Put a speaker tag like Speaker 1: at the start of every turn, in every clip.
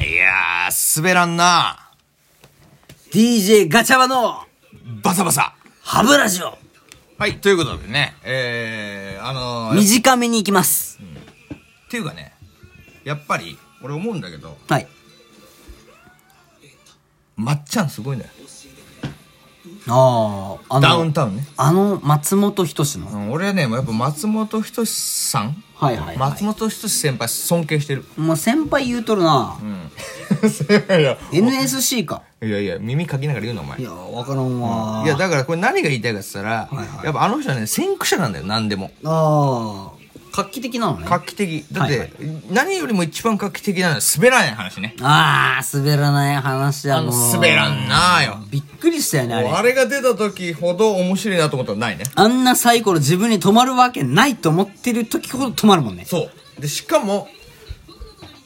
Speaker 1: いやー、滑らんな
Speaker 2: DJ ガチャバの
Speaker 1: バサバサ
Speaker 2: 歯ブラシを
Speaker 1: はい、ということでね、えー、あのー、っ
Speaker 2: 短めに行きます。
Speaker 1: ていうかね、やっぱり、俺思うんだけど、
Speaker 2: はい。
Speaker 1: まっちゃんすごいね。
Speaker 2: ああ、あの、
Speaker 1: ダウンタウンね。
Speaker 2: あの、松本人志の、
Speaker 1: うん、俺はね、もうやっぱ松本人志さん
Speaker 2: はいはいはい
Speaker 1: 松本人志先輩尊敬してる。
Speaker 2: もう先輩言うとるな、
Speaker 1: うん。いや
Speaker 2: NSC か。
Speaker 1: いやいや、耳かきながら言うな、お前。
Speaker 2: いや、わからんわ。
Speaker 1: いや、だからこれ何が言いたいかって言ったら、
Speaker 2: はいはい
Speaker 1: やっぱあの人はね、先駆者なんだよ、何でも。
Speaker 2: ああ、画期的なのね。
Speaker 1: 画期的。だって、
Speaker 2: はい
Speaker 1: 何よりも一番画期的なのは滑らない話ね。
Speaker 2: ああ、滑らない話だ
Speaker 1: あ
Speaker 2: も
Speaker 1: の、
Speaker 2: ん。
Speaker 1: 滑らんなーよ。
Speaker 2: びっくりしたよね、あ
Speaker 1: もう
Speaker 2: れ。
Speaker 1: あれが出た時ほど面白いなと思ったらないね。
Speaker 2: あんなサイコロ自分に止まるわけないと思ってる時ほど止まるもんね。
Speaker 1: そう。で、しかも、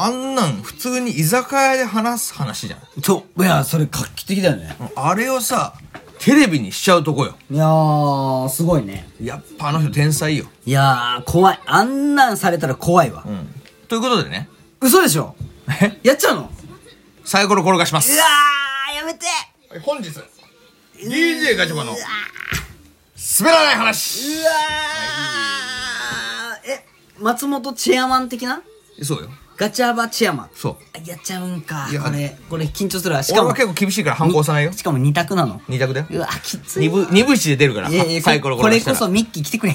Speaker 1: あんなん普通に居酒屋で話す話じゃん。
Speaker 2: そう。いや、それ画期的だよね。
Speaker 1: あれをさ、テレビにしちゃうとこよ。
Speaker 2: いやー、すごいね。
Speaker 1: やっぱあの人天才よ。
Speaker 2: いやー、怖い。あんなんされたら怖いわ。
Speaker 1: うん。ということでね、
Speaker 2: 嘘でしょ
Speaker 1: え
Speaker 2: やっちゃうのうわ
Speaker 1: サイコロ転がします。
Speaker 2: ー、やめて
Speaker 1: 本日、DJ ガチャバの、滑らない話
Speaker 2: うわーえ、松本チェアマン的な
Speaker 1: そうよ。
Speaker 2: ガチャバチェアマン。
Speaker 1: そう。
Speaker 2: あやっちゃうんか
Speaker 1: いや。
Speaker 2: これ、これ緊張するわ。し
Speaker 1: 俺
Speaker 2: か
Speaker 1: は
Speaker 2: も、
Speaker 1: 結構厳しいから反抗さないよ。
Speaker 2: しかも二択なの。
Speaker 1: 二択だよ。
Speaker 2: うわ、きつい
Speaker 1: 二
Speaker 2: わ。
Speaker 1: 部、二部一で出るから。
Speaker 2: いやいや、
Speaker 1: サイコロ
Speaker 2: こ
Speaker 1: 転
Speaker 2: れ
Speaker 1: がした
Speaker 2: こ
Speaker 1: ら
Speaker 2: そミッキー来てく れ。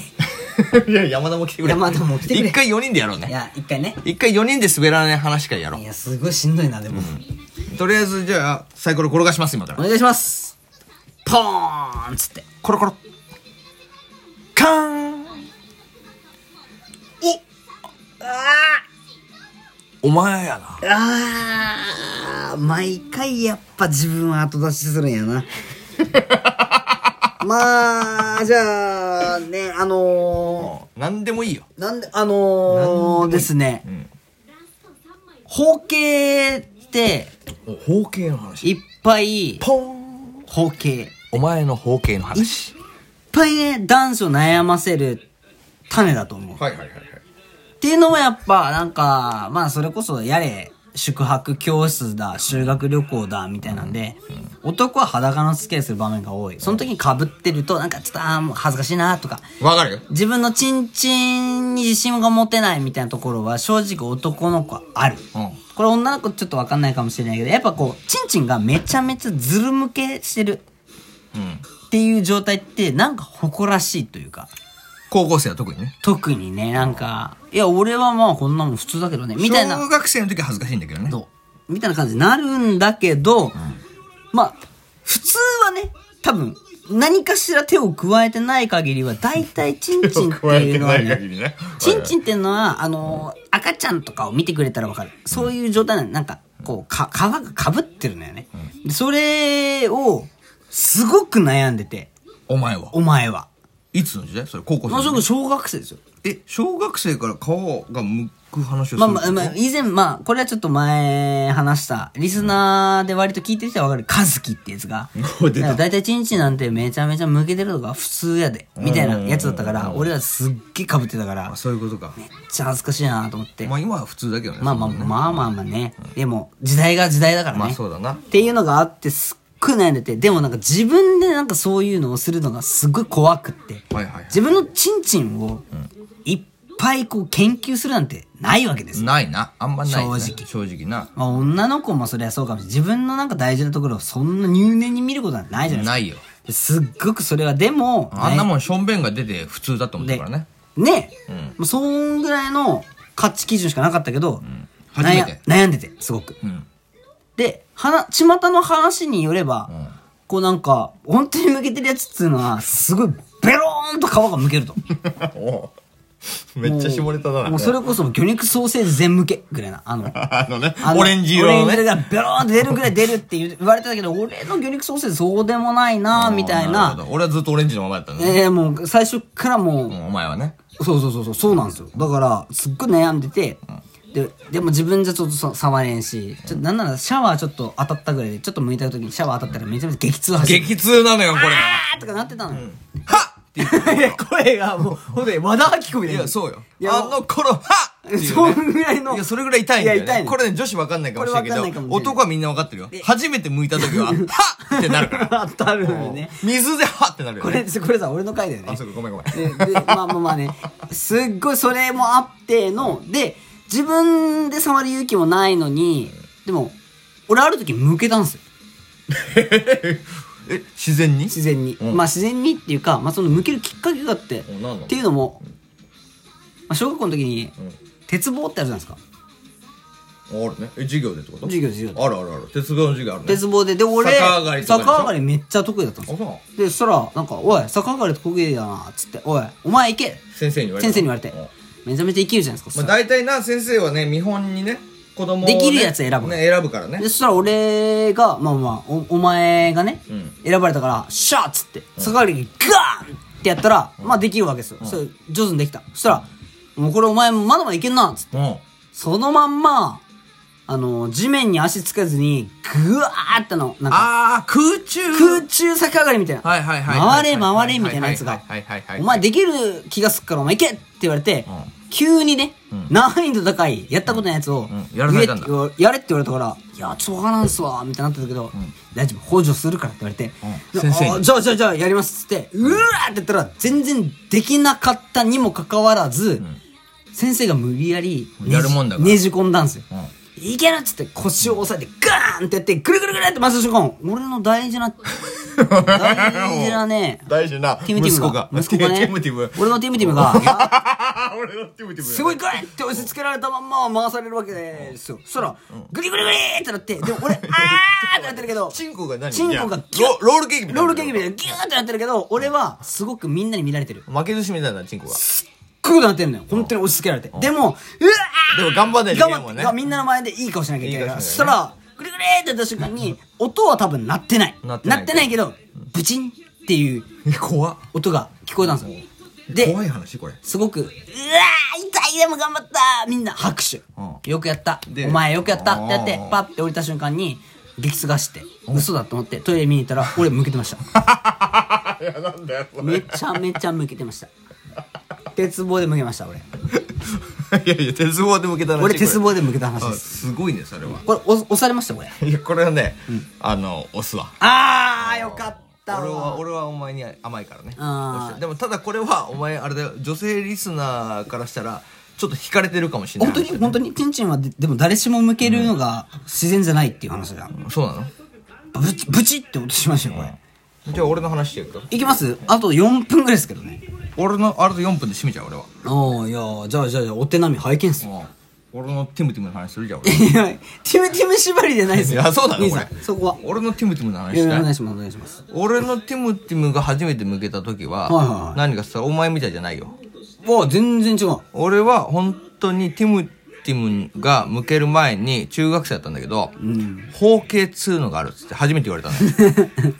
Speaker 1: いや、山田も来てくれ。
Speaker 2: 山田も来てくれ
Speaker 1: 一回4人でやろう
Speaker 2: い
Speaker 1: ね。
Speaker 2: や、一回ね。
Speaker 1: 一回4人で滑らない話からやろ
Speaker 2: いや、すごいしんどいな、でも。
Speaker 1: う。とりあえず、じゃあ、サイコロ転がします、今か
Speaker 2: お
Speaker 1: ら。
Speaker 2: 願いします。ポーンっつって。
Speaker 1: コロコロ。カーン
Speaker 2: あ
Speaker 1: お前やな。
Speaker 2: ーあー毎回やっぱ自分は後出しするん やな。まあ、じゃあ、ね、あの
Speaker 1: 何でもいいよ。
Speaker 2: ー、なんで、あのー、ですね、
Speaker 1: ん
Speaker 2: 包茎って、
Speaker 1: 方形の話。
Speaker 2: いっぱい、
Speaker 1: ポーン
Speaker 2: 包茎。
Speaker 1: お前の方形の話。
Speaker 2: いっぱいね、男子を悩ませる種だと思う。
Speaker 1: はいはいはいはい。
Speaker 2: っていうのもやっぱ、なんか、まあそれこそやれ、宿泊教室だ、修学旅行だ、みたいなんで、男は裸の付き合いする場面が多い。その時に被ってると、なんかちょっと、ああ、もう恥ずかしいな、とか、
Speaker 1: わかるよ。
Speaker 2: 自分のチンチンに自信が持てないみたいなところは正直男の子はある。
Speaker 1: うん
Speaker 2: これ女の子ちょっとわかんないかもしれないけど、やっぱこう、チンチンがめちゃめちゃズル向けしてる
Speaker 1: うん。
Speaker 2: っていう状態って、なんか誇らしいというか。
Speaker 1: 高校生は特にね。
Speaker 2: 特にね、なんか、いや、俺はまあこんなもん普通だけどね、みたい
Speaker 1: 小
Speaker 2: な、
Speaker 1: 学生の時は恥ずかしいんだけどね。
Speaker 2: そうみたいな感じになるんだけど、まあ、普通はね、多分、何かしら手を加えてない限りは、大体、チンチンっていうのはね、
Speaker 1: りね
Speaker 2: チンチンっていうのは、あのー赤ちゃんとかを見てくれたらわかる。そういう状態なの。なんか、こう、か、皮がかぶってるのよね。でそれを、すごく悩んでて、
Speaker 1: お前は
Speaker 2: お前は。
Speaker 1: いつの時代それ高校生
Speaker 2: も
Speaker 1: の
Speaker 2: うす
Speaker 1: 時
Speaker 2: ぐ小学生ですよ。
Speaker 1: え小学生から顔が向く話をする
Speaker 2: まあまあ、まあ、以前、まあ、これはちょっと前話した、リスナーで割と聞いてる人はわかる、カズキってやつが
Speaker 1: おい 出た。
Speaker 2: だいたいチンチンなんてめちゃめちゃ向けてるのが普通やで、みたいなやつだったか
Speaker 1: うんうん
Speaker 2: ら、
Speaker 1: う
Speaker 2: 俺らすっげえ被ってたから、めっ
Speaker 1: そういうことか
Speaker 2: ちゃ恥ずかしいなと思って。
Speaker 1: まあ今は普通だけどね
Speaker 2: まあまあまあまあまあね。でも、時代が時代だからね。
Speaker 1: まあそうだな
Speaker 2: っていうのがあって、すっごい悩んでて、でもなんか自分でなんかそういうのをするのがすごい怖くって。
Speaker 1: はいはい
Speaker 2: 自分のチンチンを、いっぱいこう研究するなんてないわけですよ
Speaker 1: ないなあんまないね
Speaker 2: 正直
Speaker 1: 正直な
Speaker 2: まあ、女の子もそりゃそうかもしれない。自分のなんか大事なところをそんな入念に見ることなんてないじゃない
Speaker 1: ないよ
Speaker 2: ですか。すっごくそれは、でも、
Speaker 1: あんな
Speaker 2: ね
Speaker 1: もんしょんべんが出て普通だと思ってたからね
Speaker 2: ね、もうそんぐらいの価値基準しかなかったけど、
Speaker 1: 初めて
Speaker 2: 悩ん悩んでて、すごく。
Speaker 1: うん
Speaker 2: で、はな、巷の話によれば、こうなんか、本当に向けてるやつっていうのは、すごい、ベローンと皮がむけると。
Speaker 1: めっ
Speaker 2: もうそれこそ、魚肉ソーセージ全向け、ぐらいな。あの、
Speaker 1: あのね
Speaker 2: あのオレンジがベローンって出るぐらい出るって言う言われてたけど、俺の魚肉ソーセージそうでもないなみたいな。
Speaker 1: 俺はずっとオレンジのままやったね
Speaker 2: ええもう最初からもう、
Speaker 1: お前はね
Speaker 2: そうそうそうそう、そうなんですよ。だから、すっごい悩んでて、で、でも自分じゃちょっとさ触れんし、ちょっとなんならシャワーちょっと当たったぐらいで、ちょっと向いた時にシャワー当たったらめちゃめちゃ激痛走る。
Speaker 1: 激痛なのよこれ
Speaker 2: あーとかなってたの よ。
Speaker 1: はっ
Speaker 2: 声がもう、ほんとに和田吐き込み
Speaker 1: い
Speaker 2: だよ
Speaker 1: やそうよ
Speaker 2: いや
Speaker 1: あの頃はっっていう、ね。
Speaker 2: そんぐらいの
Speaker 1: いや、それぐらい痛いんだよ、ね。
Speaker 2: いや痛いね
Speaker 1: これね、女子わかんないかもしれないけ
Speaker 2: これわ
Speaker 1: ど
Speaker 2: かんないかもしれない
Speaker 1: 男はみんなわかってるよ。初めて向いた 時は、はっってなるから。
Speaker 2: 当たるよね。
Speaker 1: 水ではっってなるよ
Speaker 2: こ
Speaker 1: ね。
Speaker 2: れ、これさ、俺の回だよね
Speaker 1: あ、。そうか、ごめんごめん。
Speaker 2: ででまあまあまあねすっごいそれもあってので自分で触る勇気もないのにでも俺ある時向けたんですよ
Speaker 1: え、自然に
Speaker 2: 自然に、
Speaker 1: うん
Speaker 2: まあ自然にっていうか、まあ、その向けるきっかけがあってっ
Speaker 1: おなんだ
Speaker 2: ていうのも、まあ、小学校の時に鉄棒ってあるじゃないですか
Speaker 1: あるね。え、授業でってこと
Speaker 2: 授業授業
Speaker 1: あるあるある。鉄道の授業あるね。
Speaker 2: 鉄棒でで俺
Speaker 1: 逆上がりとかでしょ
Speaker 2: 逆上がりめっちゃ得意だったんですよ
Speaker 1: あ、そう
Speaker 2: でそしたらなんか「おい逆上がり得意だな」っつって「おいお前行け」
Speaker 1: 先生に言われた
Speaker 2: 先生に言われて
Speaker 1: うん
Speaker 2: めちゃめちゃ生きるじゃないですか、
Speaker 1: まあ大体な、先生はね、見本にね、子供をね
Speaker 2: できるやつ選ぶ
Speaker 1: ね、選ぶからね
Speaker 2: で。そしたら俺がまあまあおお前がね、
Speaker 1: うん
Speaker 2: 選ばれたから「シャー!」っつって坂上にガーンってやったら、まあできるわけですよ、それ上手にできたそしたら「もうこれお前まだまだいけんな」っつって
Speaker 1: うん。
Speaker 2: そのまんまあの地面に足つけずにグワーってのなんか
Speaker 1: あー、空中
Speaker 2: 空中逆上がりみたいな、
Speaker 1: はいはいはい
Speaker 2: 回れ回れみたいなやつ
Speaker 1: は
Speaker 2: が
Speaker 1: いはいはいはいはいはいはい
Speaker 2: お前できる気がすっからお前行け!」って言われて、
Speaker 1: うん
Speaker 2: 急にね、難易度高いやったことないやつを、
Speaker 1: うんやらされたんだ
Speaker 2: 言えってやれって言われたから「いやちょっとわからんっすわ」みたいになってたけど「大丈夫補助するから」って言われて「
Speaker 1: うん先生に
Speaker 2: あじゃあじゃあじゃあやります」っつって「うわ!」って言ったら全然できなかったにもかかわらず、先生が無理やりねじ
Speaker 1: やるもんだから
Speaker 2: ねじ込んだんですよ、
Speaker 1: うん
Speaker 2: いけるっつって腰を押さえてガーンってやってぐるぐるぐるって回す瞬間俺の大 事な大事なね
Speaker 1: 大事な
Speaker 2: ティムティムが
Speaker 1: 息子が
Speaker 2: 息子がね
Speaker 1: ティムティム
Speaker 2: 俺のティムティムがいや
Speaker 1: 俺のティムティム
Speaker 2: すごいグイって押し付けられたまんま回されるわけですよそしたらグリグリグリってなってでも 俺あーってなってるけど
Speaker 1: チンコが何
Speaker 2: チンコが
Speaker 1: いやロロールケーキみたいな
Speaker 2: ロールケーキみたいなギューってなってるけど俺はすごくみんなに見られてる
Speaker 1: 負けずしみたいなチンコが
Speaker 2: クーなってんのよ本当に押し付けられてでもうわー
Speaker 1: でも頑張んないといけないもんね
Speaker 2: 頑張ってみんなの前でいい顔しなきゃいけないか
Speaker 1: いい
Speaker 2: ら
Speaker 1: 顔
Speaker 2: そし
Speaker 1: したなきゃ
Speaker 2: らグリグリってやった瞬間に音は多分鳴ってない
Speaker 1: 鳴ってない
Speaker 2: けどブチンっていう
Speaker 1: え怖っ
Speaker 2: 音が聞こえたんですよで
Speaker 1: 怖い話これ
Speaker 2: すごく、うわー痛いでも頑張ったみんな拍手、
Speaker 1: う
Speaker 2: よくやった
Speaker 1: で
Speaker 2: お前よくやったってやって
Speaker 1: あー
Speaker 2: パッて降りた瞬間に激痛がして嘘だと思ってトイレ見に行ったら俺向けてました
Speaker 1: いやなんだよそ
Speaker 2: めちゃめちゃ向けてました鉄棒で向けました俺
Speaker 1: いやいや鉄棒で向けた話
Speaker 2: 俺鉄
Speaker 1: こ
Speaker 2: 棒で向けた
Speaker 1: れ
Speaker 2: 話
Speaker 1: あ
Speaker 2: です
Speaker 1: すごいねそれは
Speaker 2: これお押されましたこれ
Speaker 1: いやこれはねあの押すわ
Speaker 2: あーよかった
Speaker 1: 俺は
Speaker 2: わ
Speaker 1: 俺はお前に甘いからね
Speaker 2: あー
Speaker 1: 押してでもただこれはお前あれだよ女性リスナーからしたらちょっと引かれてるかもしれな
Speaker 2: 本
Speaker 1: い
Speaker 2: 当に本当にチンチンはででも誰しも向けるのが自然じゃないっていう話だ
Speaker 1: そうなの
Speaker 2: ブチブチって音しましたよこれ、
Speaker 1: じゃあ俺の話していくか
Speaker 2: いきますあと4分ぐらいですけどね
Speaker 1: 俺のあれと4分で締めちゃう俺は
Speaker 2: ああ、いやー、じゃあじゃあじゃあ、お手並み拝見っす。
Speaker 1: 俺のティムティムの話するじゃん俺
Speaker 2: いや、ティムティム縛りじゃないです
Speaker 1: い
Speaker 2: よ。
Speaker 1: やそうだ
Speaker 2: 兄
Speaker 1: ねこ
Speaker 2: さん
Speaker 1: れ
Speaker 2: そこは。
Speaker 1: 俺のティムティムの話
Speaker 2: いや
Speaker 1: し
Speaker 2: いやお
Speaker 1: た
Speaker 2: 願
Speaker 1: い
Speaker 2: いします、お願いします。
Speaker 1: 俺のティムティムが初めて向けた時は、
Speaker 2: はいはいはい
Speaker 1: 何かさお前みたいじゃないよ
Speaker 2: わあ、全然違う。
Speaker 1: 俺は本当にティムティムが向ける前に中学生だったんだけど、包茎っつうのがあるっつって初めて言われたの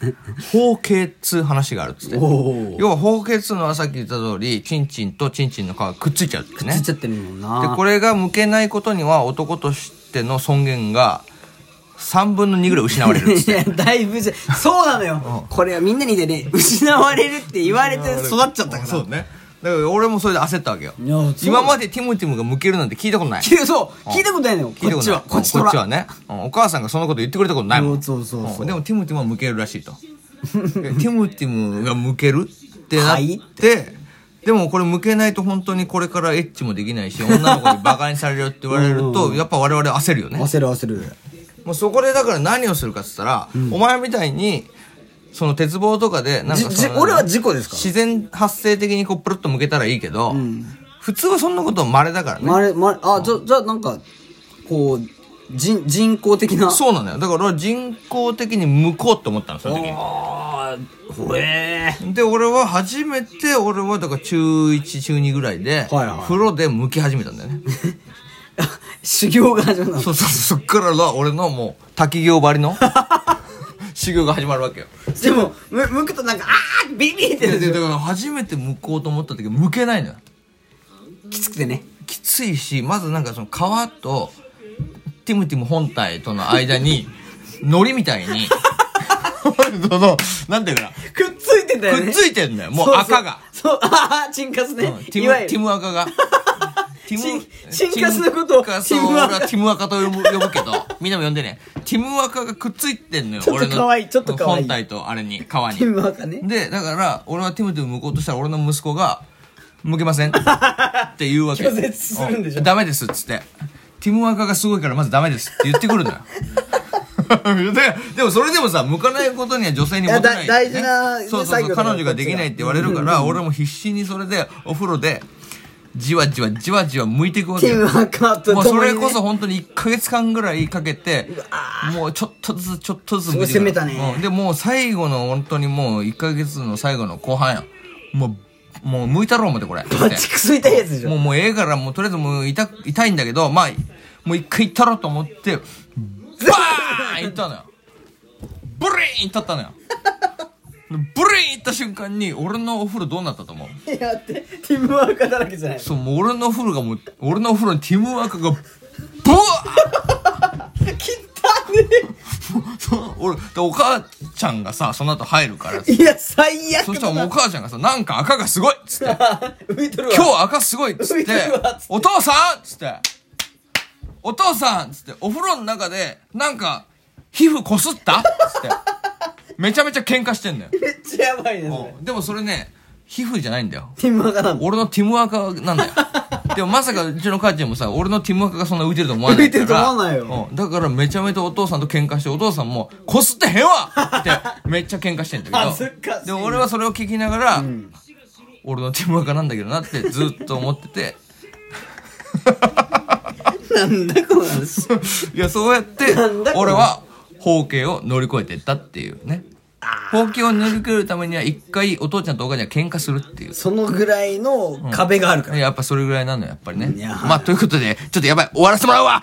Speaker 1: よ包茎っつう話があるっつって
Speaker 2: お
Speaker 1: 要は包茎っつうのはさっき言った通りチンチンとチンチンの皮がくっついちゃうってね
Speaker 2: ついちゃってるもんな。
Speaker 1: でこれが向けないことには男としての尊厳が3分の2ぐらい失われるっつっ
Speaker 2: い
Speaker 1: て
Speaker 2: や、だいぶじゃ、そうなのよ。これはみんなにでね、失われるって言われて 育っちゃったから。
Speaker 1: そうねだから俺もそれで焦ったわけよ
Speaker 2: いやそう
Speaker 1: 今までティムティムが向けるなんて聞いたことない
Speaker 2: 聞いそう、聞いたことないのよ。こ
Speaker 1: 聞いた
Speaker 2: っ
Speaker 1: こ
Speaker 2: ち
Speaker 1: とな
Speaker 2: は、
Speaker 1: い
Speaker 2: こっち
Speaker 1: うん
Speaker 2: と
Speaker 1: こっち
Speaker 2: ら。
Speaker 1: はね、うんお母さんがそのこと言ってくれたことないもん
Speaker 2: そうそうそうそうん
Speaker 1: でもティムティムは向けるらしいと でティムティムが向けるってなっ
Speaker 2: はい
Speaker 1: てでもこれ向けないと本当にこれからエッチもできないし女の子にバカにされるって言われるとやっぱ我々焦るよね
Speaker 2: 焦る焦る。
Speaker 1: もうそこでだから何をするかっつったら、お前みたいにその鉄棒とかでなん
Speaker 2: じ
Speaker 1: か
Speaker 2: じ
Speaker 1: その
Speaker 2: 俺は事故ですか
Speaker 1: 自然発生的にこうプルッと向けたらいいけど、普通はそんなこと稀だからね
Speaker 2: まれ、まれ、あ、じゃ、じゃあなんか、こう、人、人工的な。
Speaker 1: そうなのよだから俺は人工的に向こうと思ったのその時
Speaker 2: ああ、ほえ
Speaker 1: にで俺は初めて俺はだから中1中2ぐらいで、
Speaker 2: はいはい
Speaker 1: 風呂で向き始めたんだよね
Speaker 2: ー。 修行が始まるの。
Speaker 1: そうそうそうそっからが俺のもう滝行ばり の修行が始まるわけよ
Speaker 2: でも、む、むくとなんか、あービリビリっ
Speaker 1: で
Speaker 2: てなるんで
Speaker 1: で
Speaker 2: す
Speaker 1: だ
Speaker 2: よ
Speaker 1: から初めて向こうと思った時向けないのよ
Speaker 2: きつくてね。
Speaker 1: きついしまずなんかその皮とティムティム本体との間 に糊みたいに そのなんていうか
Speaker 2: くっついてた
Speaker 1: な
Speaker 2: よね。
Speaker 1: くっついてんだよもう赤が
Speaker 2: そうそう。そう、ああ、チンカスね
Speaker 1: うん。テ
Speaker 2: いわ
Speaker 1: ィム
Speaker 2: ゆ
Speaker 1: ティ
Speaker 2: る。
Speaker 1: ム赤がテティム
Speaker 2: チンチンカスのことを
Speaker 1: チンカス
Speaker 2: ティムワ
Speaker 1: 俺
Speaker 2: カ
Speaker 1: はティムワカと呼ぶ呼ぶけど、みんなも呼んでね。ティムワカがくっついてんのよ、
Speaker 2: ちょっと
Speaker 1: 俺の
Speaker 2: 可愛いちょっと可愛い
Speaker 1: 本体とあれに、皮に。
Speaker 2: ティムワカね
Speaker 1: で、だから、俺はティムティム向こうとしたら俺の息子が、向けませんって言うわけ。
Speaker 2: 拒絶するんでしょ
Speaker 1: うダメですっつって。ティムワカがすごいからまずダメですって言ってくるのよ。 ででもそれでもさ向かないことには女性にモテない
Speaker 2: いやだ大事な
Speaker 1: ねそうそう
Speaker 2: 最
Speaker 1: そ
Speaker 2: 後
Speaker 1: う
Speaker 2: だから
Speaker 1: 彼女ができないって言われるから俺も必死にそれでお風呂でじわじわじわじわ向いていくわけ
Speaker 2: ティ
Speaker 1: よ
Speaker 2: ムワカと
Speaker 1: もう
Speaker 2: と
Speaker 1: そ
Speaker 2: もに、ね、
Speaker 1: れこそ本当に1ヶ月間ぐらいかけてもうちょっとずつちょっとずつ向いていくの
Speaker 2: すごい攻めたね
Speaker 1: うんでもう最後の本当にもう1ヶ月の最後の後半やもうもう向いたろう思ってこれ
Speaker 2: バチクソ痛いやつでしょ
Speaker 1: もうもうええからもうとりあえずもう痛く痛いんだけどまあもう一回行ったろと思ってバーン行ったのよブリーン行ったったのよブリーン行った瞬間に俺のお風呂どうなったと思う
Speaker 2: いやってティムワーカーだらけじゃない
Speaker 1: そうもう俺のお風呂がもう俺のお風呂にティムワークがブワー
Speaker 2: 切ったね
Speaker 1: そう 俺でお母ちゃんがさその後入るから
Speaker 2: いや最悪
Speaker 1: そした
Speaker 2: だ
Speaker 1: らもうお
Speaker 2: な
Speaker 1: 母ちゃんがさなんか赤がすごいっつって
Speaker 2: 浮いとるわ
Speaker 1: 今日赤すごいっつって
Speaker 2: 見てるわっつって
Speaker 1: お父さんっつってお父さんっつってお風呂の中でなんか皮膚こすったっつってめちゃめちゃ喧嘩してんだよ
Speaker 2: めっちゃやばいねそれ
Speaker 1: でもそれね皮膚じゃないんだよ
Speaker 2: ティムワーカーなんだ
Speaker 1: 俺のティムワーカーなん だよでもまさかうちの母ちゃんもさ俺のティムワーカーがそんな浮いてると思わないから
Speaker 2: 浮いてると思わないよ
Speaker 1: うんだからめちゃめちゃお父さんと喧嘩してお父さんも「こすってへんわ!」ってめっちゃ喧嘩してんだけど
Speaker 2: 恥ずかしい
Speaker 1: でも俺はそれを聞きながら、俺のティムワーカーなんだけどなってずっと思って て
Speaker 2: なんだこの話
Speaker 1: いやそうやって
Speaker 2: なんだこれ
Speaker 1: 俺は包茎を乗り越えてったっていうね包茎を乗り越えるためには一回お父ちゃんとお母ちゃんが喧嘩するっていう
Speaker 2: そのぐらいの壁があるから、
Speaker 1: いややっぱそれぐらいなのよやっぱりね
Speaker 2: いや
Speaker 1: まあということでちょっとやばい終わらせてもらうわ